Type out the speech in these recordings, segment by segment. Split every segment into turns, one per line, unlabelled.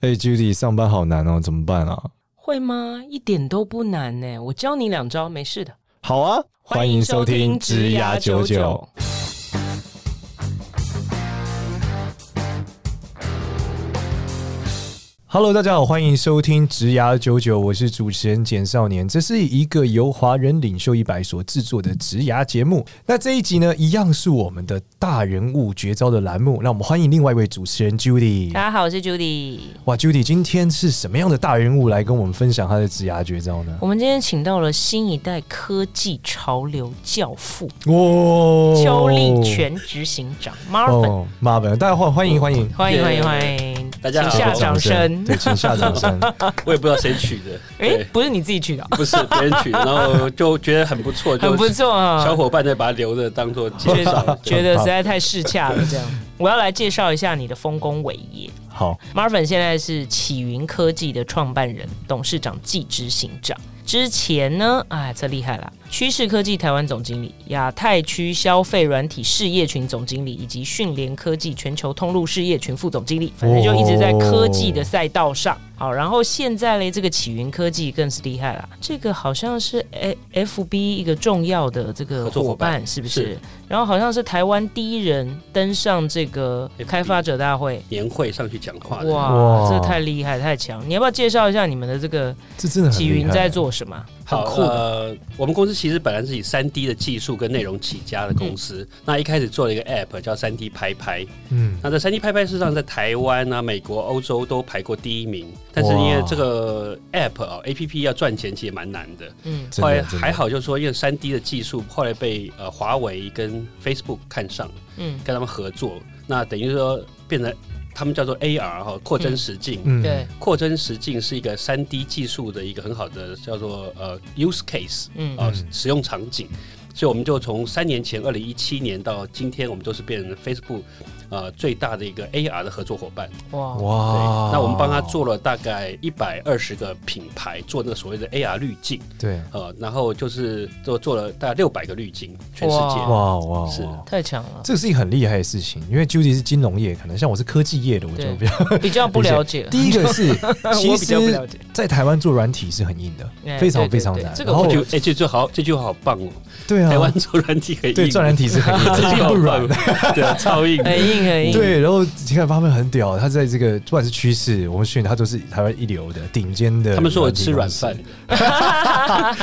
嘿、Judy，上班好难哦，怎么办啊？
会吗？一点都不难呢、我教你两招，没事的。
好啊，欢迎收听《职涯九九》。Hello，大家好，欢迎收听《职涯九九》，我是主持人简少年。这是一个由华人领袖一百所制作的职涯节目。那这一集呢，一样是我们的大人物绝招的栏目。让我们欢迎另外一位主持人 Judy
大。家好，我是 Judy。
哇，Judy 今天是什么样的大人物来跟我们分享他的职涯绝招呢？
我们今天请到了新一代科技潮流教父
哇
邱立全执行长 Marvin，、
哦，麻烦大家欢欢迎欢迎，
欢迎
耶
欢迎欢迎，
大家好
请下掌声。
对，请下掌 声。
我也不知道谁取 的，
哎、
对，
不是你自己去的啊，
不是别人取的，然后就觉得很不错，就
很不错啊，
小伙伴在把它留着当做介
觉
绍
得。觉得实在太适洽了。这样，我要来介绍一下你的丰功伟业。
好，
Marvin 现在是启云科技的创办人、董事长暨执行长。之前呢，哎，这厉害了！趋势科技台湾总经理、亚太区消费软体事业群总经理，以及讯联科技全球通路事业群副总经理，反正就一直在科技的赛道上。好，然后现在嘞，这个启云科技更是厉害了，这个好像是 F B 一个重要的这个
合作
伙
伙伴
伴，是不是？
是
然后好像是台湾第一人登上这个
FB
开发者大会。
年会上去讲话的，
哇，
哇
这太厉害太强！你要不要介绍一下你们的 这个
这真的很
启
厉
云
害
在做什么？很
好，
酷的，
呃，我们公司其实本来是以三 D 的技术跟内容起家的公司，
嗯
那一开始做了一个 App 叫三 D 拍拍，
嗯，
那这三 D 拍拍事实上在台湾啊、美国、欧洲都排过第一名，但是因为这个 App 啊、APP 要赚钱其实蛮难的，
嗯，
真
后来
的真的
还好，就是说因为三 D 的技术后来被呃华为跟 Facebook 看上了，
嗯，
跟他们合作，那等于说变成他们叫做 AR 哈扩增实境。
嗯
对，，
扩增实境是一个三 D 技术的一个很好的叫做呃 use case
嗯
啊、
嗯
使用场景，所以我们就从三年前二零一七年到今天，我们都是变成 Facebook 呃最大的一个 AR 的合作伙伴。
哇，
对，
哇，
那我们帮他做了大概一百二十个品牌做那个所谓的 AR 滤镜，
对，
呃，然后就是做做了大概六百个滤镜，全世界。
哇哇
是
哇
太强了，
这是一个很厉害的事情，因为 Judy 是金融业，可能像我是科技业的，我就
对
比较。，
比较不了 解
第一个是，其
我比较不了
实
解，
在台湾做软体是很硬 的，
哎
非常
对对
非常
对
难。
这个
然后
我
就哎、这句好，这句话好棒哦！
对啊，
台湾做软体很硬，
对做软 体是很硬，这并不软。哎
对啊，超硬。
很硬很硬，
对，然后你看他们很屌，他在这个不管是趋势，我们训练他都是台湾一流的顶尖的。
他们说我吃软饭，，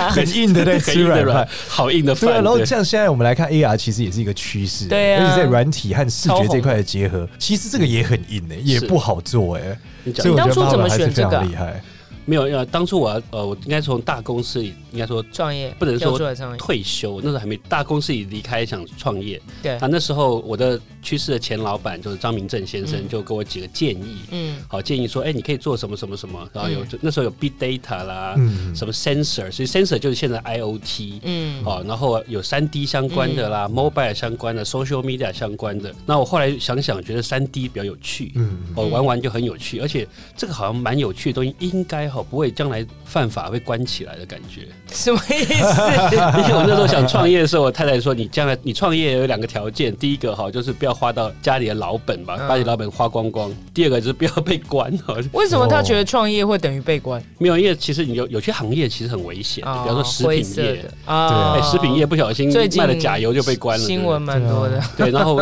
很硬的在
很
吃
硬的
软
软
饭。，
好硬的
对啊，
饭。
然后
对
像现在我们来看 AR，其实也是一个趋势，
对啊
而且在软体和视
超
觉
红
这块的结合，其实这个也很硬诶、也
是
不好做诶、
你
所以
讲
我觉得
你当初怎么
Barbara 还是
选
非
这个啊
常厉害。
没有？呃，当初我要呃，我应该从大公司里应该说
创业
不能说
跳出来创业，
退休，那时候还没大公司里离开想创业。
对
啊，，那时候我的趋势的前老板就是张明正先生，
嗯
就给我几个建议。
嗯
好，建议说，哎、你可以做什么什么什么，然后有、
嗯
就那时候有 big data 啦，
嗯，
什么 sensor，所以 sensor 就是现在 IOT，
嗯，
哦，然后有三 D 相关的啦、m o b i l e 相关的、social media 相关的。那我后来想想，觉得三 D 比较有趣，
嗯，
哦，玩玩就很有趣，而且这个好像蛮有趣的东西，应该哈、不会将来犯法会关起来的感觉。
什么意 思？
因为我那时候想创业的时候，我太太说，你将来你创业有两个条件，第一个哈、就是不要花到家里的老本吧，
嗯
把你老本花光光；第二个就是不要被关哦。
为什么他觉得创业会等于被关？
没有，因为其实你有有些行业其实很危险，
啊
哦比方说食
灰
品
色
业
的。啊
哎，食品业不小心
最近
卖了假油就被关了，
新
对不对
闻蛮多的，
对，然后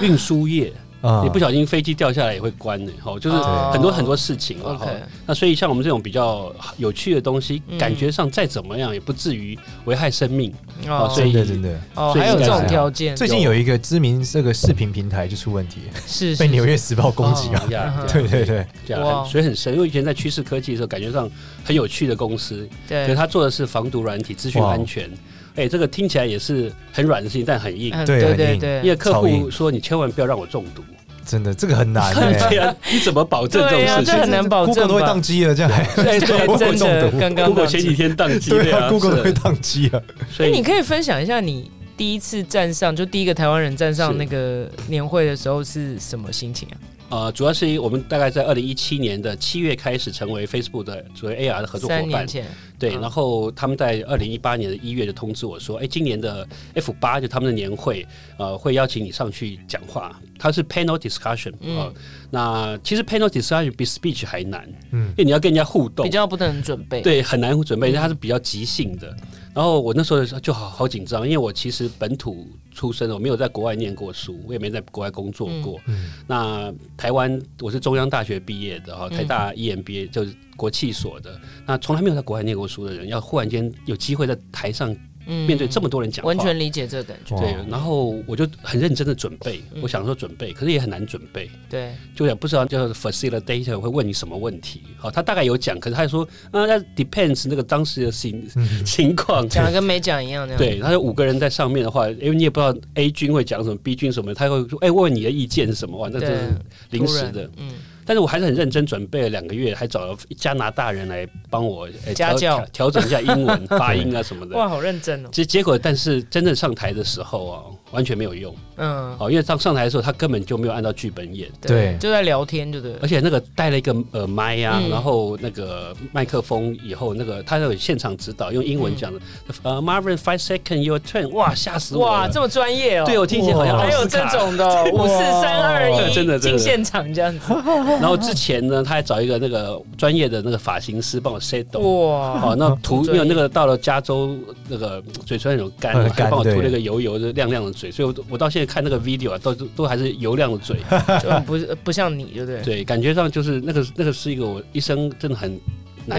运输业，
啊
你不小心飞机掉下来也会关的，哈，就是
哦
很多很多事情啊。哈
OK，
那所以像我们这种比较有趣的东西
嗯，
感觉上再怎么样也不至于危害生命。
哦
哦所
真
以
的真的，
哦，
所以
还有
应
这
该
种
是
条件，
啊最近有一个知名这个视频平台就出问题，
是
被《
是
纽约时报》攻击啊。
哦呀
嗯
对对对，
这
哇
样，所以很深。因为以前在趋势科技的时候，感觉上很有趣的公司，可
对
是，他做的是防毒软体、资讯安全。哎，这个听起来也是很软的事情，但很硬。
嗯
对
对
很
对
硬
对，
因为客
超硬
户说你千万不要让我中毒，
真的这个很难欸。
对啊，你怎么保证这种事
对啊这
情？
很难保证吧
Google 都会宕机了，这样还
对对，
我
真的
中毒
刚刚
Google
忘记
前几天宕 机，
对啊
啊
，Google 都
是
会宕机了。
所
哎
以
你可以分享一下你第一次站上，就第一个台湾人站上
是
那个年会的时候是什么心情啊？
呃，主要是因为我们大概在二零一七年的七月开始成为 Facebook 的作为 AR 的合作
三
伙
年
伴，
前，
对，
嗯
然后他们在二零一八年的一月就通知我说，哎，今年的 F 八就他们的年会，呃，会邀请你上去讲话，它是 panel discussion 啊、
嗯
那其实 panel discussion 比 speech 还难，
嗯
因为你要跟人家互动
比，较不能准备。，
对，很难准备，因为它是比较即兴的。然后我那时候就好好紧张，因为我其实本土出身的，我没有在国外念过书，我也没在国外工作过。
嗯
那台湾我是中央大学毕业的哈，
嗯
台大 EMBA 就是国企所的。那从来没有在国外念过书的人，要忽然间有机会在台上
嗯
面对这么多人讲话，
完全理解这个感觉。
哇
对。然后我就很认真的准备，
嗯
我想说准备，可是也很难准备。
对，
就也不知道就是 facilitator 会问你什么问题。好、他大概有讲，可是他就说，啊，那 depends 那个当时的情
嗯
情况。
讲的跟没讲一样那样。，
对，他有五个人在上面的话，因为你也不知道 A 君会讲什么，B 君什么，他会说，哎、问你的意见是什么？哇，那
对
这是临时
突
的
然。嗯，
但是我还是很认真准备了两个月，还找了加拿大人来帮我、哎
家
调
教
调调整一下英文发音啊什么的。
哇，好认真哦。
结结果，但是真正上台的时候啊，完全没有用。
嗯，
哦，因为上上台的时候，他根本就没有按照剧本演。
对
就在聊天，就对了
而。且那个带了一个耳麦啊，
嗯
然后那个麦克风以后，那个他有现场指导，用英文讲的，呃，Marvin five second your turn，哇，吓死我
嗯
了！
哇，这么专业哦。
对我听起来好像
哇
还
奥
有
斯
这
卡。
种的 哦，五四三二一，
真的真的
进现场这样 子，
然后之前呢，他还找一个那个专业的那个发型师帮我 settle。
哇，
哦，那涂
专业
没有那个到了加州那个嘴唇很干
很
嘛，
干
还帮我涂
对
了一个油油的亮亮的嘴，所以我我到现在看那个 video 啊，都都还是油亮的嘴，
就不是不像你， 对不对？
对，感觉上就是那个那个是一个我一生真的很难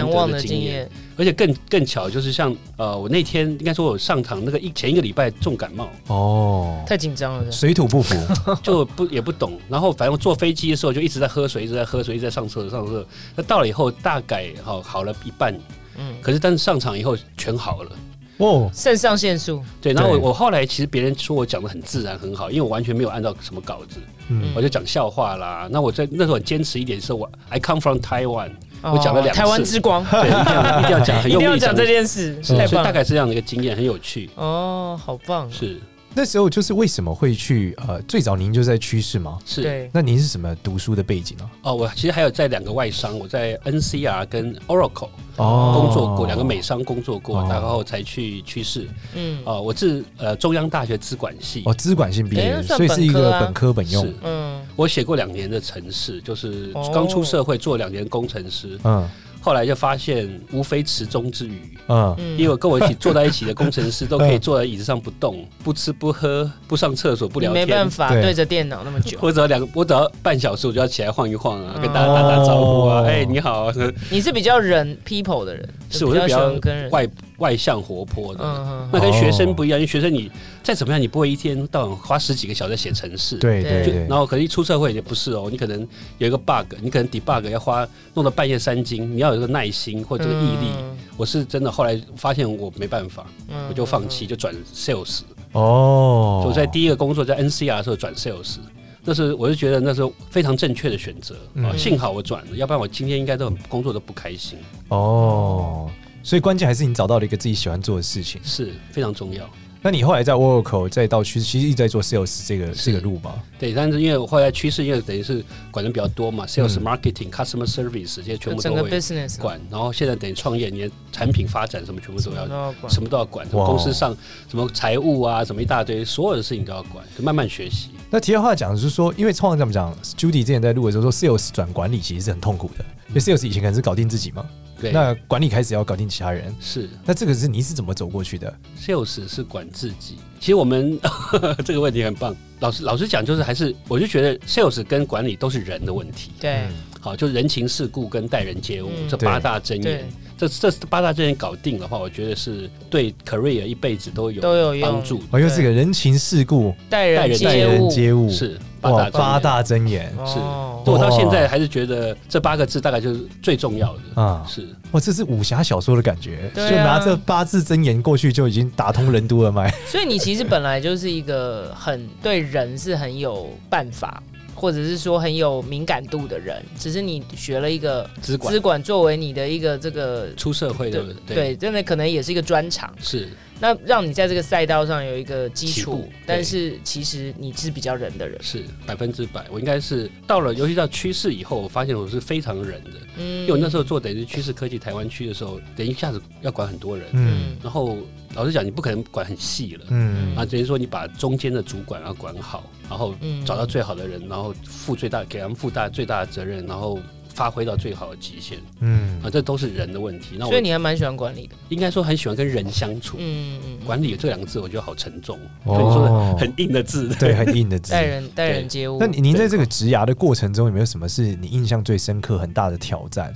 难
得
忘
的
的
经
经
验。
验，
而且更更巧，就是像呃，我那天应该说我上堂那个一前一个礼拜重感 冒，
哦，
太紧张了。对
水土不 服，
就不也不懂，然后反正我坐飞机的时候就一直在喝水，一直在喝水，一直在上厕所上厕所。那到了以后大概好、好了一半，
嗯，
可是但是上场以后全好了。
哦，
肾上腺素，
对，然后我
对
我后来其实别人说我讲的很自然很好，因为我完全没有按照什么稿子，
嗯
嗯
我就讲笑话啦。那我在那时候很坚持一点是我 I come from Taiwan，我讲了两次
哦台湾之光，
对，一定要一定要讲，很
一
用
定要
力
讲这件事，
是
太
所以
棒
大
了。
概是这样的一个经验，很有趣。
哦，好棒，
是
那时候就是为什么会去呃，最早您就在趋势吗？
是，
对，
那您是什么读书的背景啊呢、
哦，我其实还有在两个外商，我在 NCR 跟 Oracle
哦
工作过，两、个美商工作过，
哦
然后才去趋势。
嗯
哦，我是呃中央大学资管系，
哦，资管性毕业
哎
的，
那算
所以是一
本科
个
啊
本科本用
是，
嗯，
我写过两年的城市，就是
哦
刚出社会做两年工程师，
嗯
后来就发现无非池中之鱼。
嗯，
嗯
因为我跟我一起坐在一起的工程师都可以坐在椅子上不动，不吃不喝，不上厕所，不
你
聊
没办
天。
法
对
对着电脑那么久，
我只要两个，我只要半小时我就要起来晃一晃啊，
嗯
跟大家打打招呼啊，
哦
哎、你好啊，
你是比较人 people 的人，
是
就
我
比较
是比
喜
较
欢跟人，
外外向活泼的。
嗯嗯
那
嗯，
跟学
哦
生不一样，因为学生你再怎么样，你不会一天到晚花十几个小时在写程式。。
对对
对
对，
然后可是一出社会也不是哦，你可能有一个 bug，你可能 debug 要花弄到半夜三更，你要有一个耐心或者这个毅力。我是真的后来发现我没办法，
嗯
我就放弃，。就转 sales。
哦，
我在第一个工作在 NCR 的时候转 sales，那是我是觉得那时候非常正确的选择啊，
嗯
幸好我转了，要不然我今天应该都很工作都不开心，
哦，所以关键还是你找到了一个自己喜欢做的事情。
是非常重要。
那你后来在 Oracle 再到趋势，其实一直在做 sales 这个
是
这个路吧？
对，但是因为我后来趋势，因为等于是管的比较多嘛，sales、
嗯
marketing、customer service 这些全
嗯就
部
整
都
个
会
business 啊
管。然后现在等于创业，你的产品发展什么全部都要
都，要管
什么都要管。什么
哇哦
公司上什么财务啊，什么一大堆，所有的事情都要管，就慢慢学习。
那题外话讲就是说，因为创这么讲，Judy 之前在录的时候说，sales 转管理其实是很痛苦的，因为 sales 以前可能是搞定自己嘛，
嗯对，
那管理开始要搞定其他人，
是
那这个是你是怎么走过去的？
sales 是管自己。其实我们 这个问题很棒。老实老实讲，就是还是我就觉得 sales 跟管理都是人的问题。
对
嗯
好，就是人情世故跟待人接物、
嗯
这八大箴
对
言。这这八大箴言搞定的话，我觉得是对 career 一辈子都有
都有用
帮助。
哦，又是个人情世故，
待
待
人
人
待
接
人
物
接物，
是八
哇，
大
八
八大。
大真言
是
哦
我到现在还是觉得这八个字大概就是最重要的。
啊！
是
哇，这是武侠小说的感觉，
对啊
就拿这八字真言过去就已经打通任督二脉。
所以你其实本来就是一个很对人是很有办法，或者是说很有敏感度的人，只是你学了一个
资管
资管作为你的一个这个
出社会的，
对，真的可能也是一个专长。
是
那让你在这个赛道上有一个基
起步
础
对，
但是其实你是比较人的人，
是百分之百。我应该是到了，尤其到趋势以后，我发现我是非常人的，
嗯
因为我那时候做等于是趋势科技台湾区的时候，等于一下子要管很多人，
嗯
然后老实讲，你不可能管很细了。
嗯
啊，等于说你把中间的主管要管好，然后
嗯
找到最好的人，然后负最大给他们负大最大的责任，然后发挥到最好的极限
嗯
啊，这都是人的问题。那
所以
我
你还蛮喜欢管理的，
应该说很喜欢跟人相处，
嗯嗯，嗯
管理这两个字我觉得好沉重，
哦
对你说的很硬的字，
对，很硬的字
待。人待人接物
那。您在这个职涯的过程中，有没有什么是你印象最深刻、很大的挑战？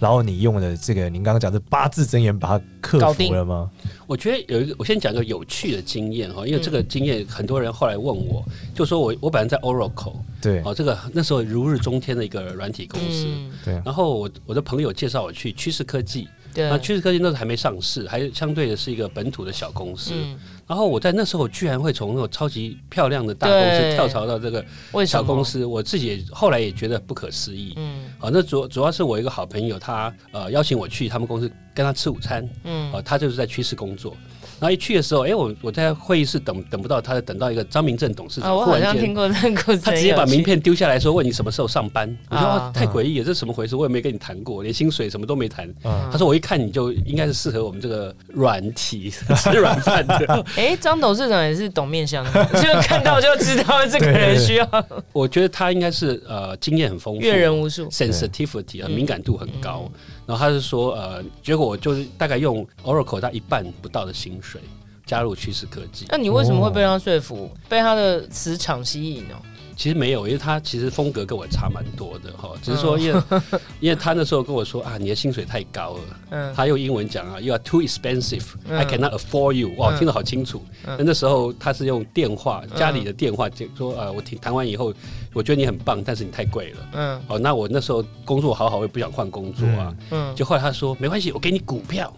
然后你用了这个您刚刚讲的八字真言把它克
搞
服
定
了吗？
我觉得有一个，我先讲个有趣的经验哈，因为这
嗯
个经验很多人后来问我，就说我我本来在 Oracle
对
哦，这个那时候如日中天的一个软体公司。
嗯，
对，
然后我我的朋友介绍我去趋势科技，
对，
那趋势科技那时候还没上市，还相对的是一个本土的小公司。
嗯，
然后我在那时候居然会从那种超级漂亮的大公司
对
跳槽到这个
为什
小
么
公，司，我自己也后来也觉得不可思议。
嗯
啊，那主主要是我一个好朋友，他呃邀请我去他们公司跟他吃午餐，
嗯
啊，他就是在趋势工作。然后一去的时候，哎、我我在会议室等等不到他，等到一个张明正董事
啊，
长，
我
忽
好
然
像
间
听过这个故事，
他直接把名片丢下来说问你什么时候上班，我说、
啊
哦太诡异了，这什么回事？我也没跟你谈过，连薪水什么都没谈。
嗯
他说我一看你就应该是适合我们这个软体 吃软饭的，
哎、张董事长也是懂面相的， 就看到就知道这个人需要
我觉得他应该是呃经验很丰富，
阅人无数。
sensitivity 啊，
嗯
敏感度很高。然后他是说，呃，结果我就是大概用 Oracle 他一半不到的薪水加入趋势科技。
那你为什么会被他
哦
说服，被他的磁场吸引哦？
其实没有，因为他其实风格跟我差蛮多的
嗯
哈，只是说因为、 因为他那时候跟我说啊，你的薪水太高了。
嗯，
他用英文讲啊，You are too expensive,
嗯
I cannot afford you。哇，
嗯
听得好清楚。
嗯
那那时候他是用电话，家里的电话就说啊，我听谈完以后，我觉得你很棒，但是你太贵了。
嗯
哦，那我那时候工作好好，我也不想换工作啊。
嗯，
就后来他说没关系，我给你股票。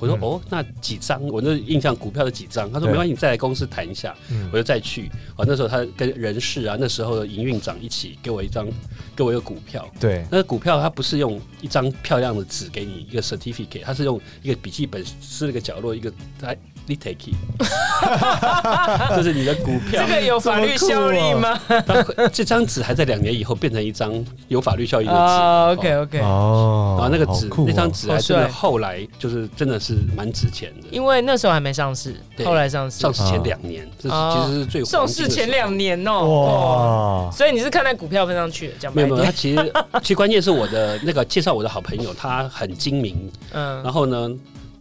我说、哦，那几张？我那印象股票的几张？他说
对
没关系，你再来公司谈一下。
嗯
我就再去。哦，那时候他跟人事啊，那时候的营运长一起给我一张，给我一个股票。
对，
那个股票它不是用一张漂亮的纸给你一个 certificate，它是用一个笔记本撕了个角落一个来 l i t a k e 这是你的股票
这。个有法律
哦
效力 吗？
那这张纸还在两年以后变成一张有法律效益的纸。
啊
哦
，OK OK，
哦
然后那个
好
纸，
酷哦
那张纸还真
好
的
帅
后来就是真的是蛮值钱的。
因为那时候还没上市，
对
后来上市，
上市
啊
前两年，这是
哦
其实是最
上
黄金
市
的时候
前两年哦。
哇
哇！，所以你是看在股票份上去的，讲
没
白
有
一
没有，他
点，
其实 其实关键是我的那个介绍我的好朋友，他啊很精明，
嗯
然后呢，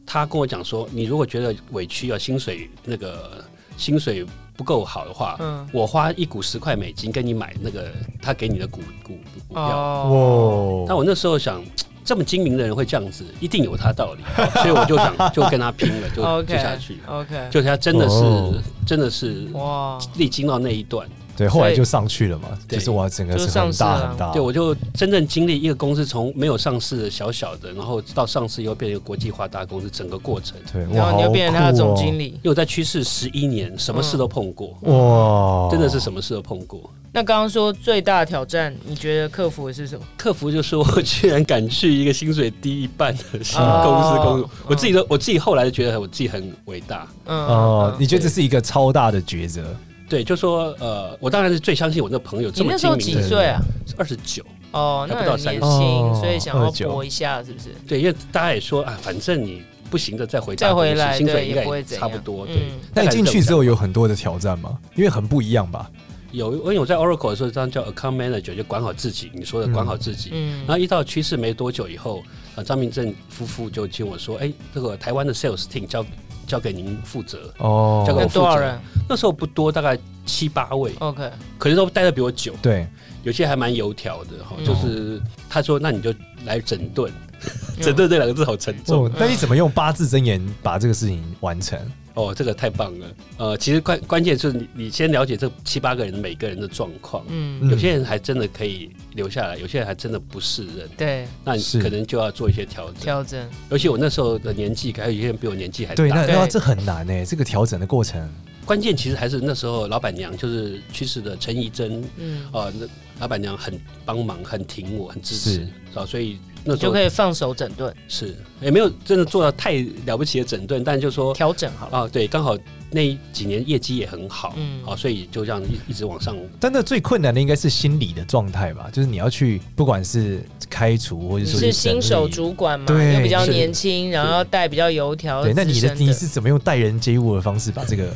他跟我讲说，你如果觉得委屈啊，薪水那个薪水不够好的话，
嗯，
我花一股十块美金跟你买那个他给你的股股股票。
哦，
哇
那我那时候想，这么精明的人会这样子，一定有他道理，所以我就想就跟他拼了， 就
哦 OK
就下去。
OK，
就他真的是、
哦
真的是
哇，
历经到那一段，
对，后来就上去了嘛，
对
就是哇，整个
就是上
很
市
大
了
很大，
对我就真正经历一个公司从没有上市的小小的，然后到上市以后变成一个国际化大公司整个过程。
对，
然
哇，哦
后你又变成他的总经
理，
理
因。为我在趋势十一年，什么
嗯
事都碰过，
哇，
真的是什么事都碰过。
那刚刚说最大的挑战，你觉得克服的是什么？
客服就说我居然敢去一个薪水低一半的新公司
哦
工
嗯，
作我自己都我自己后来就觉得我自己很伟大。
嗯，
哦，
嗯
你觉得这是一个超大的抉择？
对，就说呃，我当然是最相信我那朋友这
你
么
那时
精
候
明
几
的人，
岁啊？
二十九。
哦，
还
那
不到
很年
30
轻，
哦
所以想要
29
搏一下，是不是？
对，因为大家也说啊，反正你不行的再回大
再回
公司
来，
薪
对，
水
也
应该
不会
也
怎
差
样。
不多。对，
嗯
那你进去之
后
后有很多的挑战吗？因为很不一样吧？
有，因为我在 Oracle 的时候，当叫 account manager 就管好自己，你说的管好自己。然
嗯，
后一到趋势没多久以后，呃，张明正夫妇就请我说：“哎，这个台湾的 sales team 交交给您负责。
哦，
这个
那
我负责
多少人”
那时候不多，大概七八位，
？OK，
可是都待的比我久，
对，
有些还蛮油条的哈。
嗯
就是他说：“那你就来整顿。”
嗯
整顿这两个字好沉重
哦，那你怎么用八字真言把这个事情完成？
哦，这个太棒了。呃，其实关关键就是你你先了解这七八个人每个人的状况。
嗯，
嗯
有些人还真的可以留下来，有些人还真的不是人，
对，
那你
是
可能就要做一些调整。
调整，
尤其我那时候的年纪，还有一些人比我年纪还大。
对，那
对
那这很难欸诶，这个调整的过程，
关键其实还是那时候老板娘，就是去世的陈怡珍，哦
嗯，
呃，那老板娘很帮忙，很挺我，很支持
是，
啊，所以那
你
时
就
候
可以放手整顿、
是也没有真的做到太了不起的整顿，但就说
调整好了。
啊，对，刚好那几年业绩也很好，
嗯
好、所以就这样一一直往上。
但那最困难的应该是心理的状态吧，就是你要去，不管是开除或者
你
说
是
整理
新手，主管嘛，
对
又比较
是
年轻，然后要带比较油条
对，那你
资
的
深
你是怎么用待人接物的方式把这个？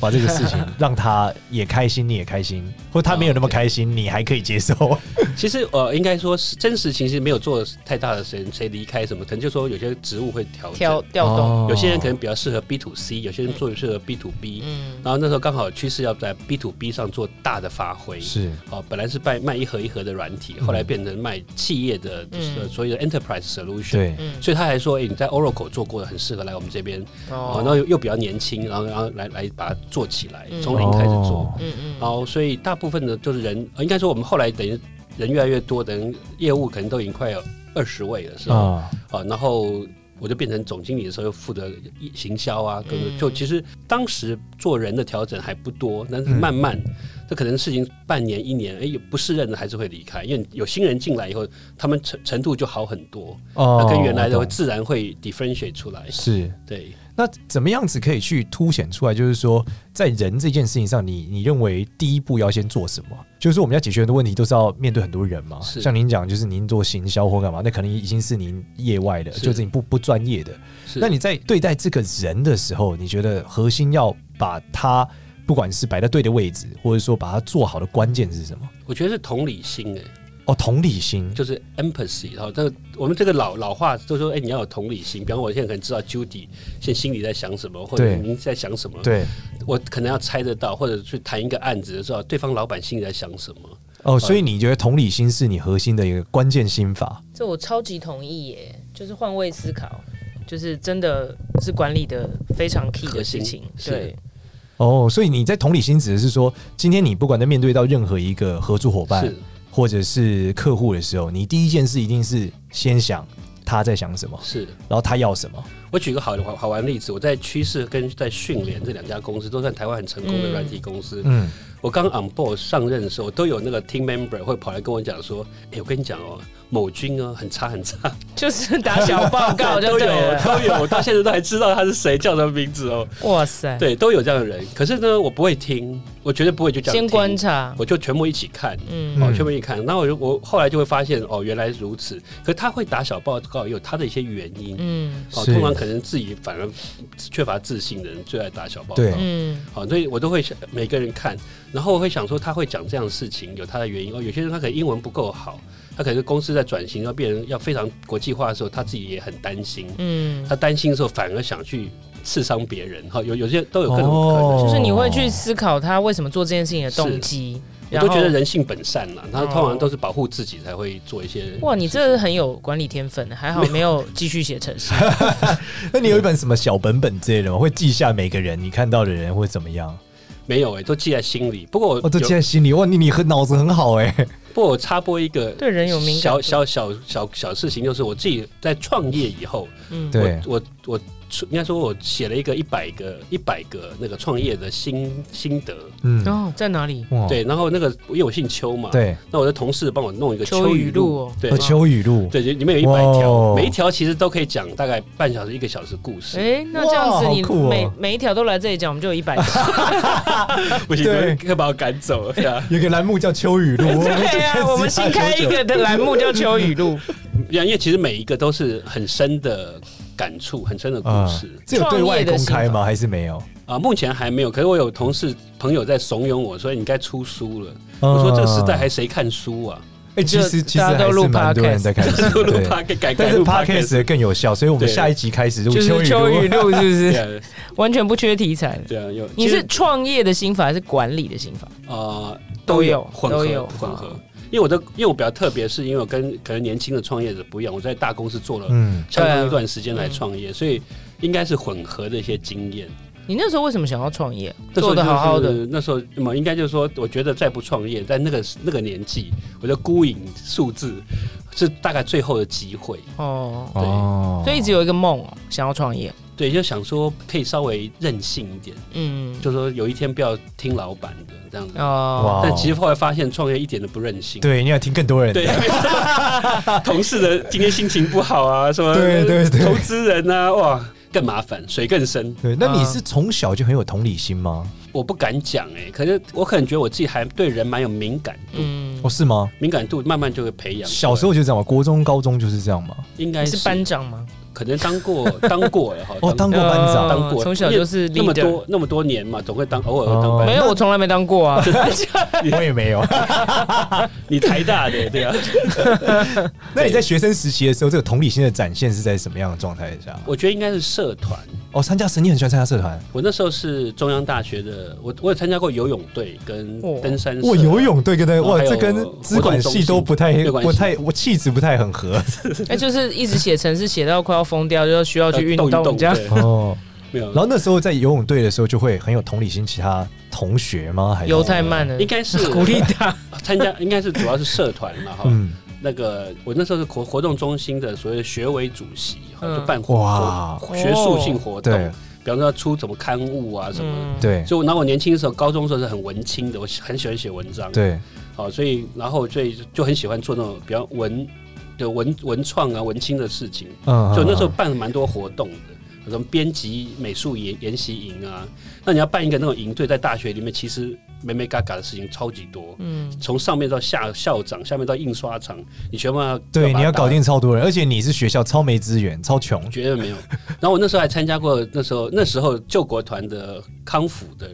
把这个事情让他也开心，你也开心，或他没有那么开心，你还可以接受。
其实呃，应该说是真实情形没有做太大的谁谁离开什么，可能就说有些职务会调整
调嗯调动，
哦
有些人可能比较适合 B to C，有些人做适合 B to B，、
嗯，
然后那时候刚好趋势要在 B to B 上做大的发挥。
是
哦，本来是卖卖一盒一盒的软体，
嗯
后来变成卖企业的，就是
嗯
所谓的 enterprise solution。
对，
嗯，
所以他还说，哎、你在 Oracle 做过的，很适合来我们这边，哦，然后又又比较年轻，然后然后来来把它做起来，
嗯
从零开始做。
哦
嗯嗯，
然后所以大部分的就是人，呃应该说我们后来等于人越来越多，等于业务可能都已经快有二十位了，是吧？
啊，
啊，然后我就变成总经理的时候，又负责行销啊，各个
嗯
就其实当时做人的调整还不多，但是
嗯
慢慢，这可能事情半年一年，哎，有不适任的还是会离开，因为有新人进来以后，他们程程度就好很多，
哦
那跟原来的
我
会
懂
自然会 differentiate 出来。
是
对，
那怎么样子可以去凸显出来？就是说，在人这件事情上，你你认为第一步要先做什么？就是说我们要解决很多问题，都是要面对很多人嘛。
是
像您讲，就是您做行销或干嘛，那可能已经是您业外的，
是
就是你不不专业的。
是
那你在对待这个人的时候，你觉得核心要把他，不管是摆在对的位置，或者说把它做好的关键是什么？
我觉得是同理心哎、
哦，同理心。
就是 empathy 哈，这个我们这个老老话都说，哎、你要有同理心。比方我现在可能知道 Judy 现在心里在想什么，或者
对
您在想什么，
对，
我可能要猜得到，或者去谈一个案子的时候，对方老板心里在想什么。
呃
哦，所以你觉得同理心是你核心的一个关键心法？
这我超级同意耶，就是换位思考，就是真的是管理的非常 key 的
核
事
心
情，
是
对，
哦，所以你在同理心指的是说，今天你不管在面对到任何一个合作伙伴
是
或者是客户的时候，你第一件事一定是先想他在想什么，
是，
然后他要什么。
我举个好好好玩的例子，我在趋势跟在迅联这两家公司都算台湾很成功
嗯
的软体公司。
嗯，
我刚 on board 上任的时候，都有那个 team member 会跑来跟我讲说：“哎、我跟你讲哦，某军哦很差很差，
就是打小报告就
都有啊
对了。
都有，我到现在都还知道他是谁，叫什么名字哦。”
哇塞，
对，都有这样的人。可是呢，我不会听，我绝对不会就这样
先
听
观，察，
我就全部一起看。
嗯
哦，
嗯
全部一起看，那我就我后来就会发现，哦，原来如此。可他会打小报告，有他的一些原因。
嗯
哦，
是
通常可能自己反而缺乏自信的人最爱打小报告。
对
嗯
好、所以我都会想每个人看，然后我会想说他会讲这样的事情，有他的原因。哦，有些人他可能英文不够好，他可能公司在转型要变成要非常国际化的时候，他自己也很担心。
嗯，
他担心的时候，反而想去刺伤别人。哈、有有些都有各种可能。
哦
就是你会去思考他为什么做这件事情的动机，
我
然
都
后
觉得人性本善啦，他
哦
通常都是保护自己才会做一些。
哇，你这很有管理天分，还好没有继续写程式。
那你有一本什么小本本之类的吗？会记下每个人你看到的人会怎么样？
没有哎、都记在心里。不过我
呃
我、哦、都
有
记在心里。哇，你你很脑子很好哎、
不过我插播一个
对人有敏感
小
度
小小小小事情，就是我自己在创业以后，
嗯，
对
我我我应该说我写了一个一百个一百个那个创业的心心得。
嗯，
哦，在哪里？
哇，
对，然后那个因为我姓邱嘛，，
对，
那我的同事帮我弄一个
邱
邱
语
语
录
录
哦，
对
和秋雨露，
对，里面有一百条，
哇
每一条其实都可以讲大概半小时一个小时故事。
哎，那这样子
哇
你
好酷哦
每每一条都来这里讲，我们就有一百集。
不行，
对
可以把我赶走。对啊，
有个栏目叫秋雨露。
对啊，我们新开一个的栏目叫邱语 录，
因为其实每一个都是很深的感触，很深的故
啊
事。，
这有对
创业
外
的
公
心
开
法
吗？还是没有？
啊，目前还没有，可是我有同事朋友在怂恿我说哎你该出书了。
啊
我说这个时代还谁看书啊？
哦哎、其
就
实其实
大家都
还
录
是蛮多人
podcast
在看书，
录 录
对
p o d 改改
但是
录
podcast 的更有效，所以我们
对
下一集开始录
就是邱语
语录。
录，是不
对
是？
啊
完全不缺题材的。
对啊，有
你
其
是
实
创业的心法还是管理的心法？
啊
都有
混
都
合
有嗯
混合
好，
因为我的因为我比较特别，是因为我跟可能年轻的创业者不一样，我在大公司做了
嗯，
相
对啊
当一段时间来创业，所以应该是混合的一些经验。
你那时候为什么想要创业？
那时
做
候就
的
是
好好的，，
那时候嘛，应该就是说，我觉得再不创业，在那个那个年纪，我的孤影数字是大概最后的机会。
哦，
对
哦
所以一直有一个梦哦，想要创业。
对，就想说可以稍微任性一点，
嗯，
就说有一天不要听老板的这样子。
哦，
哇
但其实后来发现，创业一点都不任性。
对，你要听更多人的
对， 同事的今天心情不好啊，什么
对对对
投资人啊，哇，更麻烦，水更深。
对，那你是从小就很有同理心吗？
我不敢讲哎、可是我可能觉得我自己还对人蛮有敏感度，
嗯
哦，，是吗？
敏感度慢慢就会培养。
小时候就这样嘛，国中、高中就是这样嘛。
应该
你
是
是班长吗？
可能当过 当过了哈，
哦，当过班长，
当过
哦从小就是
那么
leader。
多那嗯么多年嘛，总会当偶尔会当
哦
班。
没有，我从来没当过 啊。
我也没有。
你台大的对啊，
那你在学生时期的时候，这个同理心的展现是在什么样的状态下？
我觉得应该是社团。
哦，参加神，你很喜欢参加社团？
我那时候是中央大学的，我我有参加过游泳队跟
哦
登山社。
哇，游泳队跟那
哦
哇，
还有
这跟资管系都不太
活动中心
不太，我气质不太很合。
哎，就是一直写程式，写到快要疯掉，就需要
呃
去运
动一
动这 样。
对
哦，
没有
然。后那时候在游泳队的时候，就会很有同理心，其他同学吗？还是
游太慢了，
应该 是
鼓励他。
参加，应该是主要是社团嘛哈。
嗯，
那个我那时候是活活动中心的所谓的学委主席，哈
嗯
就办
哇
活动学术性活动，
哦对
比方说要出什么刊物啊什么的。
嗯，
对
所以，然后我年轻的时候，高中的时候是很文青的，我很喜欢写文章。，
对，
好，所以然后所以就很喜欢做那种比较文的文文创啊、文青的事情。
嗯
所以那时候办了蛮多活动的，有什么编辑美术研研习营啊。那你要办一个那种营队，在大学里面其实美美嘎嘎的事情超级多。
嗯，
从上面到下校长，下面到印刷厂，你全部要
对
把它
你要搞
打
定超多人，而且你是学校超没资源、超穷，
绝对没有。 然后我那时候还参加过那时候那时候救国团的康复的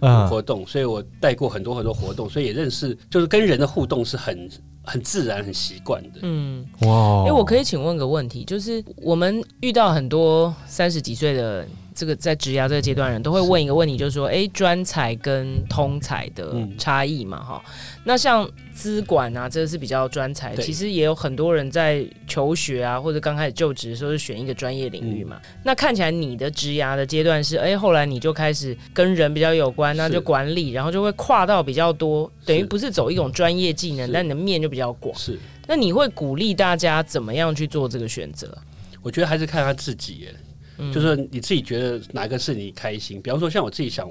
嗯，
活动，所以我带过很多很多活动，所以也认识，就是跟人的互动是很很自然、很习惯的。
嗯，
哇哦
哦
哎、我可
以
以请问个问题，就是我们遇到很多三十几岁的这个在职涯这个阶段的人都会问一个问题，就是说，哎、专才跟通才的
嗯
差异嘛，哈、那像资管啊，这个是比较专才，
对
其实也有很多人在求学啊，或者刚开始就职的时候是选一个专业领域嘛。
嗯
那看起来你的职涯的阶段是，哎、后来你就开始跟人比较有关，那
是
就管理，然后就会跨到比较多，等于
是
不是走一种专业技能，
是
但你的面就比较广。
是，
那你会鼓励大家怎么样去做这个选择？
我觉得还是看他自己耶，
嗯
就是你自己觉得哪个是你开心。比方说，像我自己想，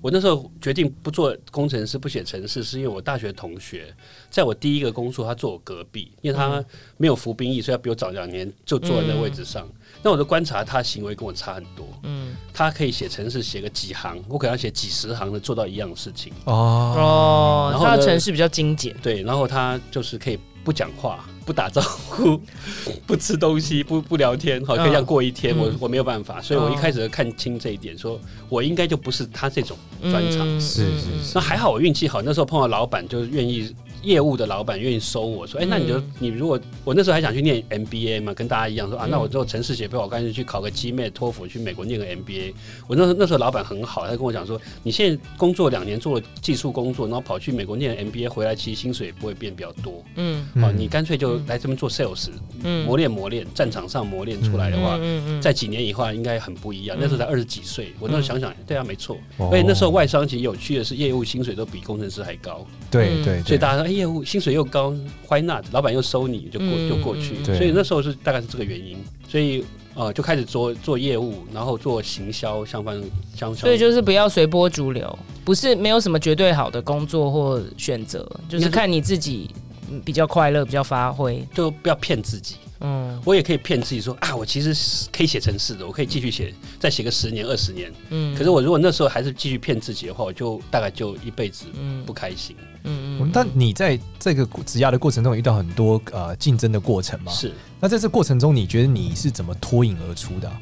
我那时候决定不做工程师、不写程式，是因为我大学同学在我第一个工作，他坐我隔壁，因为他没有服兵役，所以他比我早两年就坐在那个位置上。那我就观察他行为跟我差很多，
嗯
他可以写程式写个几行，我可能要写几十行的做到一样的事情。
哦，
哦，
然后呢
他的城市比较精简，
对，然后他就是可以不讲话、不打招呼、 不吃东西、不不聊天，好，可以这样过一天。
嗯
我我没有办法，所以我一开始就看清这一点，说我应该就不是他这种专长。
嗯
是是是
那还好我运气好，那时候碰到老板就是愿意。业务的老板愿意收我说，哎、那你就、
嗯
你如果我那时候还想去念 MBA 嘛，跟大家一样说啊，
嗯
那我之后城市写不好，我干脆去考个 GMAT、托福，去美国念个 MBA。我那时候那时候老板很好，他跟我讲说，你现在工作两年做了技术工作，然后跑去美国念 MBA 回来，其实薪水也不会变比较多。
嗯
哦，
嗯
你干脆就来这边做 sales，、
嗯
磨练磨练，战场上磨练出来的话，
嗯
在几年以后应该很不一样。
嗯
那时候才二十几岁，我那时候想想，对啊，没错。
哦
而且那时候外商其实有趣的是，业务薪水都比工程师还高，
对
嗯
对，
所以
对
大家说，哎，业务薪水又高，why not？老板又收你，就过、
嗯
就过去
嗯。
对
所以那时候是大概是这个原因，所以呃，就开始做做业务，然后做行销相关相相。
所以就是不要随波逐流，不是没有什么绝对好的工作或选择，就是看你自己嗯比较快乐，比较发挥。
就不要骗自己。
嗯
我也可以骗自己说啊，我其实是可以写程式的，我可以继续写，再写个十年二十年。
嗯
可是我如果那时候还是继续骗自己的话，我就大概就一辈子
嗯
不开心。
嗯
嗯但你在这个职涯的过程中有遇到很多呃竞争的过程嘛？
是
那在这过程中，你觉得你是怎么脱颖而出的啊、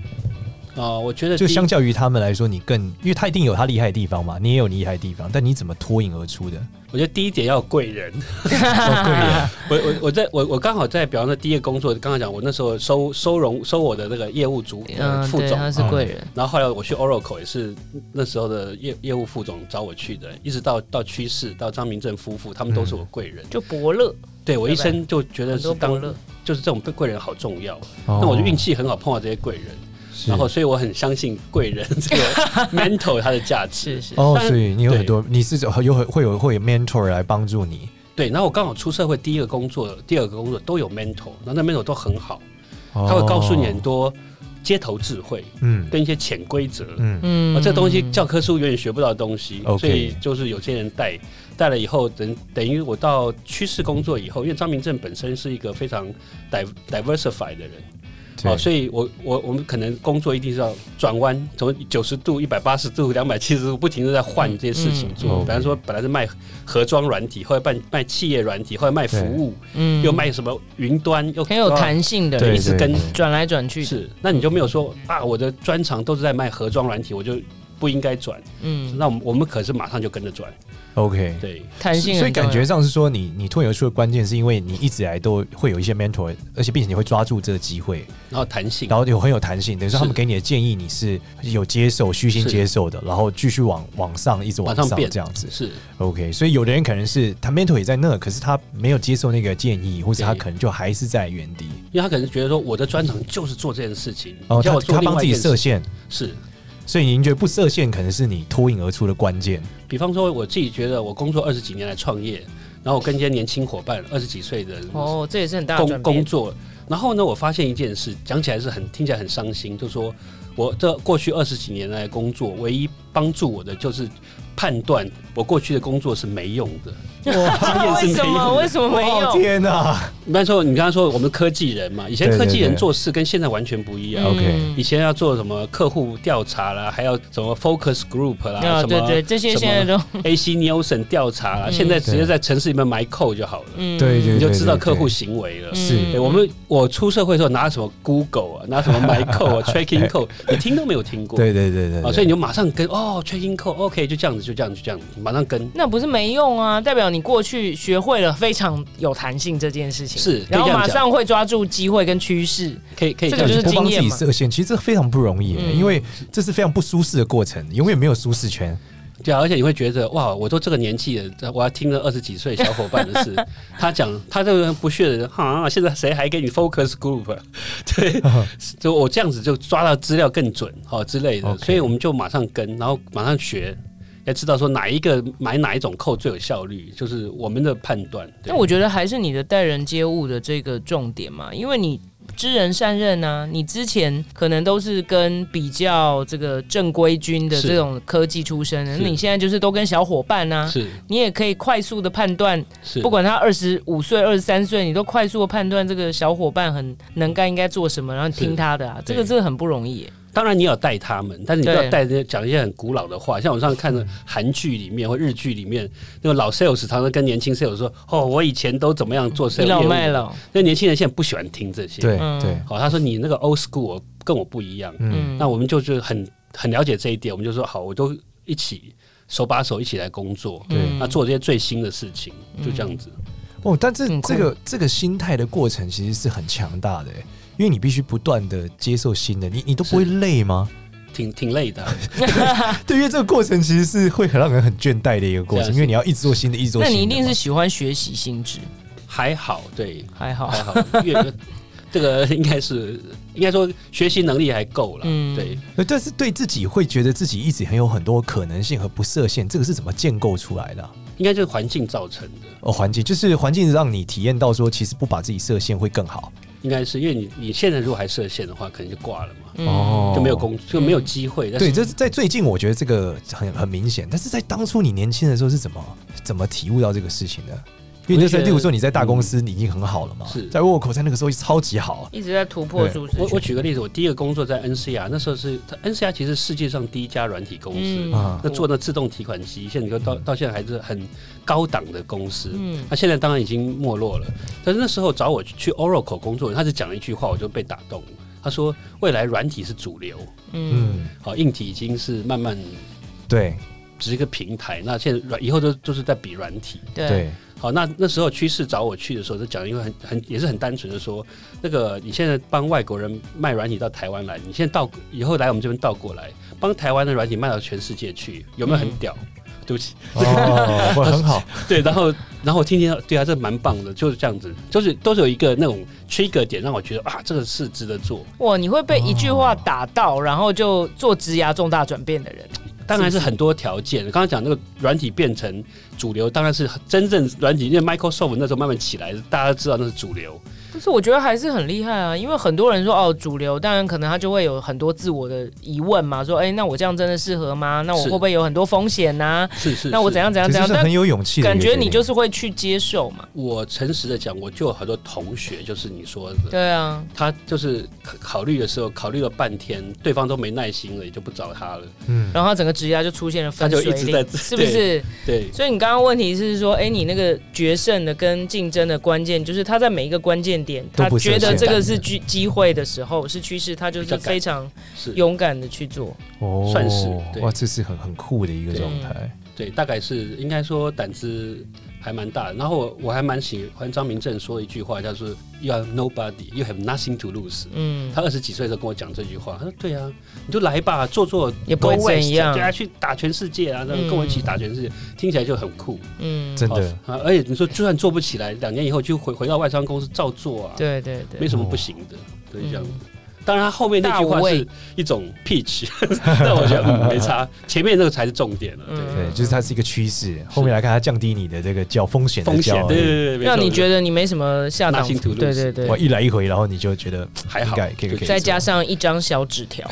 啊、呃我觉得
就
第一
相较于他们来说，你更因为他一定有他厉害的地方嘛，你也有你厉害的地方，但你怎么脱颖而出的？
我觉得第一点要有贵人。
哦对耶
我我我在我我刚好在比方说第一个工作，刚刚讲我那时候收收容收我的那个业务主、呃
嗯，
副
对，
总。哦
他是贵人，
然后后来我去 Oracle 也是那时候的业业务副总找我去的，一直到到趋势到张明正夫妇，他们都是我
嗯
贵人。
就伯乐，
对我一
对吧
生就觉得
很
是
多伯
当
乐。
就是这种贵人好重要。
哦
那我就运气很好，碰到这些贵人。
是
然后所以我很相信 贵人这个 mentor 它的价值
是。是，
哦，
当然
所以你有
对
很多，你是有有会有会有 mentor 来帮助你，
对，然后我刚好出社会第一个工作、第二个工作都有 mentor，然后那 mentor 都很好，
他
哦
他会告诉你很，多街头智慧
嗯
跟一些潜规则。
嗯，
嗯
啊，这东西教科书永远学不到的东西，
OK
所以就是有些人带带了以后，等等于我到趋势工作以后，因为张明正本身是一个非常 div- diversify 的人，
对
哦，所以我我我们可能工作一定是要转弯，从九十度、一百八十度、两百七十度不停的在换这些事情做。
嗯嗯
比方说，本来是卖盒装软体，后来卖卖企业软体，后来卖服务，
嗯
又卖什么云端，又
很有弹性的，
对
一直
对
跟
对
转来转去，
是，那你就没有说啊，我的专长都是在卖盒装软体，我就不应该转。
嗯，
那我们我们可是马上就跟着转，
OK。
对，
弹性很
所以感
重
觉上是说你，你脱颖而出的关键是因为你一直以来都会有一些 mentor，而且并且你会抓住这个机会，
然后弹性
然，后有很有弹性，等于说
是
他们给你的建议你是有接受、虚心
是
接受的，然后继续往往上一直往
往上
上
变
这样子。
是
OK，所以有的人可能是他 mentor 也在那，可是他没有接受那个建议，或者他
对
可能就还是在原地。
因为他可能觉得说我的专长就是做这件事情，
哦，
你叫
他
我做
他
另
帮
外
自己
一件
设
事，
限，
是。
所以您觉得不设限可能是你脱颖而出的关键。
比方说，我自己觉得我工作二十几年来创业，然后我跟一些年轻伙伴二十几岁的人
哦，这也是很大的
工
转
工
变，
作，然后呢，我发现一件事，讲起来是很听起来很伤心，就说我这过去二十几年来工作，唯一帮助我的就是判断我过去的工作是没用的。
哇
为什么 为什么没
哇
有？
哦天哪！
你刚才说，你刚才说我们科技人嘛，以前
对对
科技人
对
做事跟现在完全不一样。
嗯 OK
以前要做什么客户调查啦，还要什么 focus group 啦，
啊，
什
对
么
对，这些
什么
现在都，
AC Nielsen 调查啦，
嗯
现在直接
对
在城市里面埋扣就好了，
嗯，
对对
你就
对
知道客户行为了。
是
嗯
对我们我出社会的时候拿什么 Google 啊，拿什么 m y c o 啊，Tracking Code，你听都没有听过。
对对对对
啊，
对，
所以你就马上跟哦，Tracking Code，OK，就这样子，就这样，就这样，马上跟。
那不是没用啊，代表你过去学会了非常有弹性这件事情，
是可以
然后
这样
马
讲
上会抓住机会跟趋势，
可以可以
这
这
个
样
就是
讲，
不帮自
经验
己
嘛
设限，其实这非常不容易耶、
嗯
因为这是非常不舒适的过程，永远没有舒适圈。
对啊，而且你会觉得哇，我都这个年纪了，我要听着二十几岁小伙伴 的事，他讲他这个不屑的人，哈、现在谁还给你 focus group？啊 对，就我这样子就抓到资料更准，好、之类的
OK
所以我们就马上跟，然后马上学，要知道说哪一个买哪一种扣最有效率，就是我们的判断。对
那我觉得还是你的待人接物的这个重点嘛，因为你知人善任啊，你之前可能都是跟比较这个正规军的
是
这种科技出身的，
是
那你现在就是都跟小伙伴啊，
是
你也可以快速的判断，
是
不管他二十五岁、二十三岁，你都快速的判断这个小伙伴很能干，应该做什么，然后听他的啊，这
对
个这个很不容易耶。
当然你也要带他们，但是你不要
对
带那些讲一些很古老的话。像我上次看的韩剧里面或日剧里面，那个老 sales 常常跟年轻 sales 说：“哦，我以前都怎么样做 sales
倚老
业务
卖老，
那年轻人现在不喜欢听这些。，
对、
嗯
对，
好，他说你那个 old school 跟我不一样，
嗯，
嗯，
那我们就是很很了解这一点，我们就说好，我都一起手把手一起来工作，
对
嗯
那做这些最新的事情，就这样子。
哦，但是
很酷
这个这个心态的过程其实是很强大的耶、因为你必须不断的接受新的，你你都不会累吗？
挺挺累 的，
对，因为这个过程其实是会很让人很倦怠的一个过
是啊
程，
是
因为你要一直做新的，一直做
那
新的嘛。
你一定是喜欢学习性质，
还好，对，
还好
还。好，因为这个应该是应该说学习能力还够了，
嗯
对，
呃，但是对自己会觉得自己一直很有很多可能性和不设限，这个是怎么建构出来的啊、
应该就是环境造成的。
哦，环境就是环境让你体验到说，其实不把自己设限会更好。
应该是因为你你现在如果还设限的话，可能就挂了嘛，
嗯
哦
就没有工就没有机会。但是
对，这是在最近我觉得这个很很明显，但是在当初你年轻的时候是怎么怎么体悟到这个事情的？因为就是
我就觉得
例如说你在大公司你已经很好了嘛，
是
在沃口在那个时候超级好，
一直在突破
对
舒适
我我
圈。
举个例子，我第一个工作在 NCR，那时候是它 NCR 其实世界上第一家软体公
嗯
司，
啊
那做那自动提款机，现在你说到
嗯
到现在还是很高档的公司。
嗯
那现在当然已经没落了，但是那时候找我去 Oracle 工作，他只讲了一句话，我就被打动了。他说：“未来软体是主流，
嗯
嗯，
好，硬体已经是慢慢
对
只是一个平台。那现在软以后都就是在比软体。
对
对，
好，那那时候趋势找我去的时候，就讲了一个很很也是很单纯的说，那个你现在帮外国人卖软体到台湾来，你现在倒以后来我们这边倒过来，帮台湾的软体卖到全世界去，有没有很
嗯
屌？对不起，
哦，会很好，
对，然后然后我听听到，对啊，这蛮棒的，就是这样子，就是都是有一个那种 trigger 点，让我觉得啊，这个是值得做。
哇，你会被一句
哦
话打到，然后就做职涯重大转变的人。
当然是很多条件，刚刚讲那个软体变成主流，当然是真正软体，因为 Microsoft 那时候慢慢起来，大家知道那是主流。
但是我觉得还是很厉害啊，因为很多人说哦主流，当然可能他就会有很多自我的疑问嘛，说哎、那我这样真的适合吗？那我会
是
不会有很多风险呐、
是是，
那我
是
怎样怎样
其
怎
实
样？
是
但
很有勇气的一
感
个决定。
觉你就是会去接受嘛。
我诚实的讲，我就有很多同学，就是你说的，
对啊，
他就是考考虑的时候考虑了半天，对方都没耐心了，也就不找他了。
嗯，
然后他整个职涯就出现了分
他就
水
一直在
岭，
自
是不是？
对，
所以你刚刚问题是说，哎，你那个决胜的跟竞争的关键，就是他在每一个关键点，
都
他
不设
觉
限
得这个是机机会的时候，是趋势，他就是非常
是
勇敢的去做。
哦
算是对
哇，这是很很酷的一个
对
状态。
对，大概是应该说胆子还蛮大的。然后我我还蛮喜欢张明正说一句话，叫做 “You have nobody, you have nothing to lose”。
嗯，
他二十几岁的时候跟我讲这句话，他说：“对啊，你就来吧，做做
也不会
go
怎
west，
样
对啊，去打全世界啊，然后
嗯
跟我一起打全世界，听起来就很酷。
嗯，
真的
好啊，而且你说就算做不起来，两年以后就回回到外商公司照做啊，
对对对，
没什么
哦
不行的，对，这样子。当然，他后面那句
大
话
无畏
是一种 pitch，但 我觉得、嗯、没差，前面那个才是重点了、对。
嗯
对，就是它是一个趋势，后面来看它降低你的这个叫风险的
风险
交，易
对对对，
让你觉
得
得你没什么下档
拿新
幅，
图录
对对对
哇，，一哦来一回，然后你就觉得
还
应
好
该可以可以可以
再加上一张小纸 条，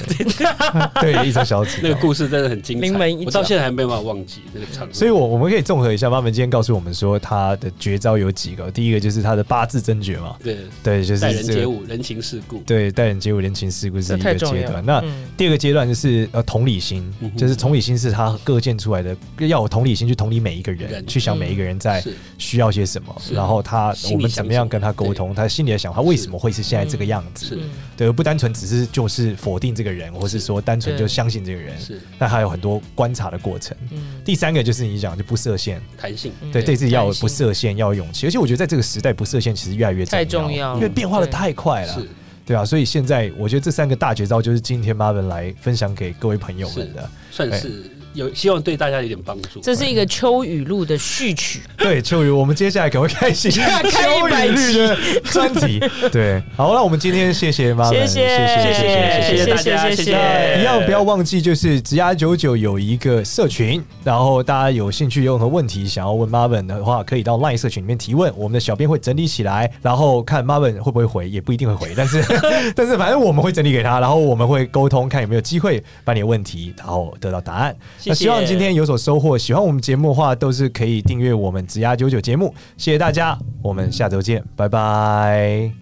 对一张小 纸条
那个故事真的很精
临门一
彩，
脚
我到现在还没有办法忘记那个场面。
所以，我我们可以综合一下，妈们今天告诉我们说，他的绝招有几个。第一个就是他的八字真诀嘛，
对
对，就是
待人
这
接
个
物、人情世故，
对待人接物、人情世故是
这
一
太
个
重
阶
要了
段。。那
嗯
第二个阶段就是呃同理心
嗯，哼
就是同理心是他构建出来的，要有同理心去同理每一个人，
人嗯
去想每一个人在
是
需要些什么，
是
然后他
心里
我们
想
怎么样
什么
跟他沟通，他心里的想法为什么会是现在这个
嗯
样
是
子？
嗯
对，而不单纯只是就是否定这个人，或是说单纯就
对
相信这个人。
是
那还有很多观察的过程。
嗯
第三个就是你讲就不设限，
弹性，
嗯
对，对自己要有
开心
不设限，要有勇气。而且我觉得在这个时代，不设限其实越来越
太重要
因为变化的
对
太快了
是，
对啊，所以现在我觉得这三个大绝招就是今天 Marvin 来分享给各位朋友们的。
算是有希望对大家有点帮助。
这是一个秋雨露的序曲，
对，秋雨，我们接下来赶快开 始
开
秋
一百
雨绿的专 题。对，好，那我们今天谢谢 Marvin，
谢
谢谢
谢
谢
谢
谢
大家
谢
谢谢
一样不要忘记，就是职涯九九有一个社群，然后大家有兴趣有任何问题想要问 Marvin 的话，可以到 LINE 社群里面提问，我们的小编会整理起来，然后看 Marvin 会不会回，也不一定会回，但是 但是反正我们会整理给他，然后我们会沟通，看有没有机会把你的问题然后得到答案。
谢谢
那希望今天有所收获，喜欢我们节目的话，都是可以订阅我们职涯九九节目，谢谢大家，我们下周见，拜拜。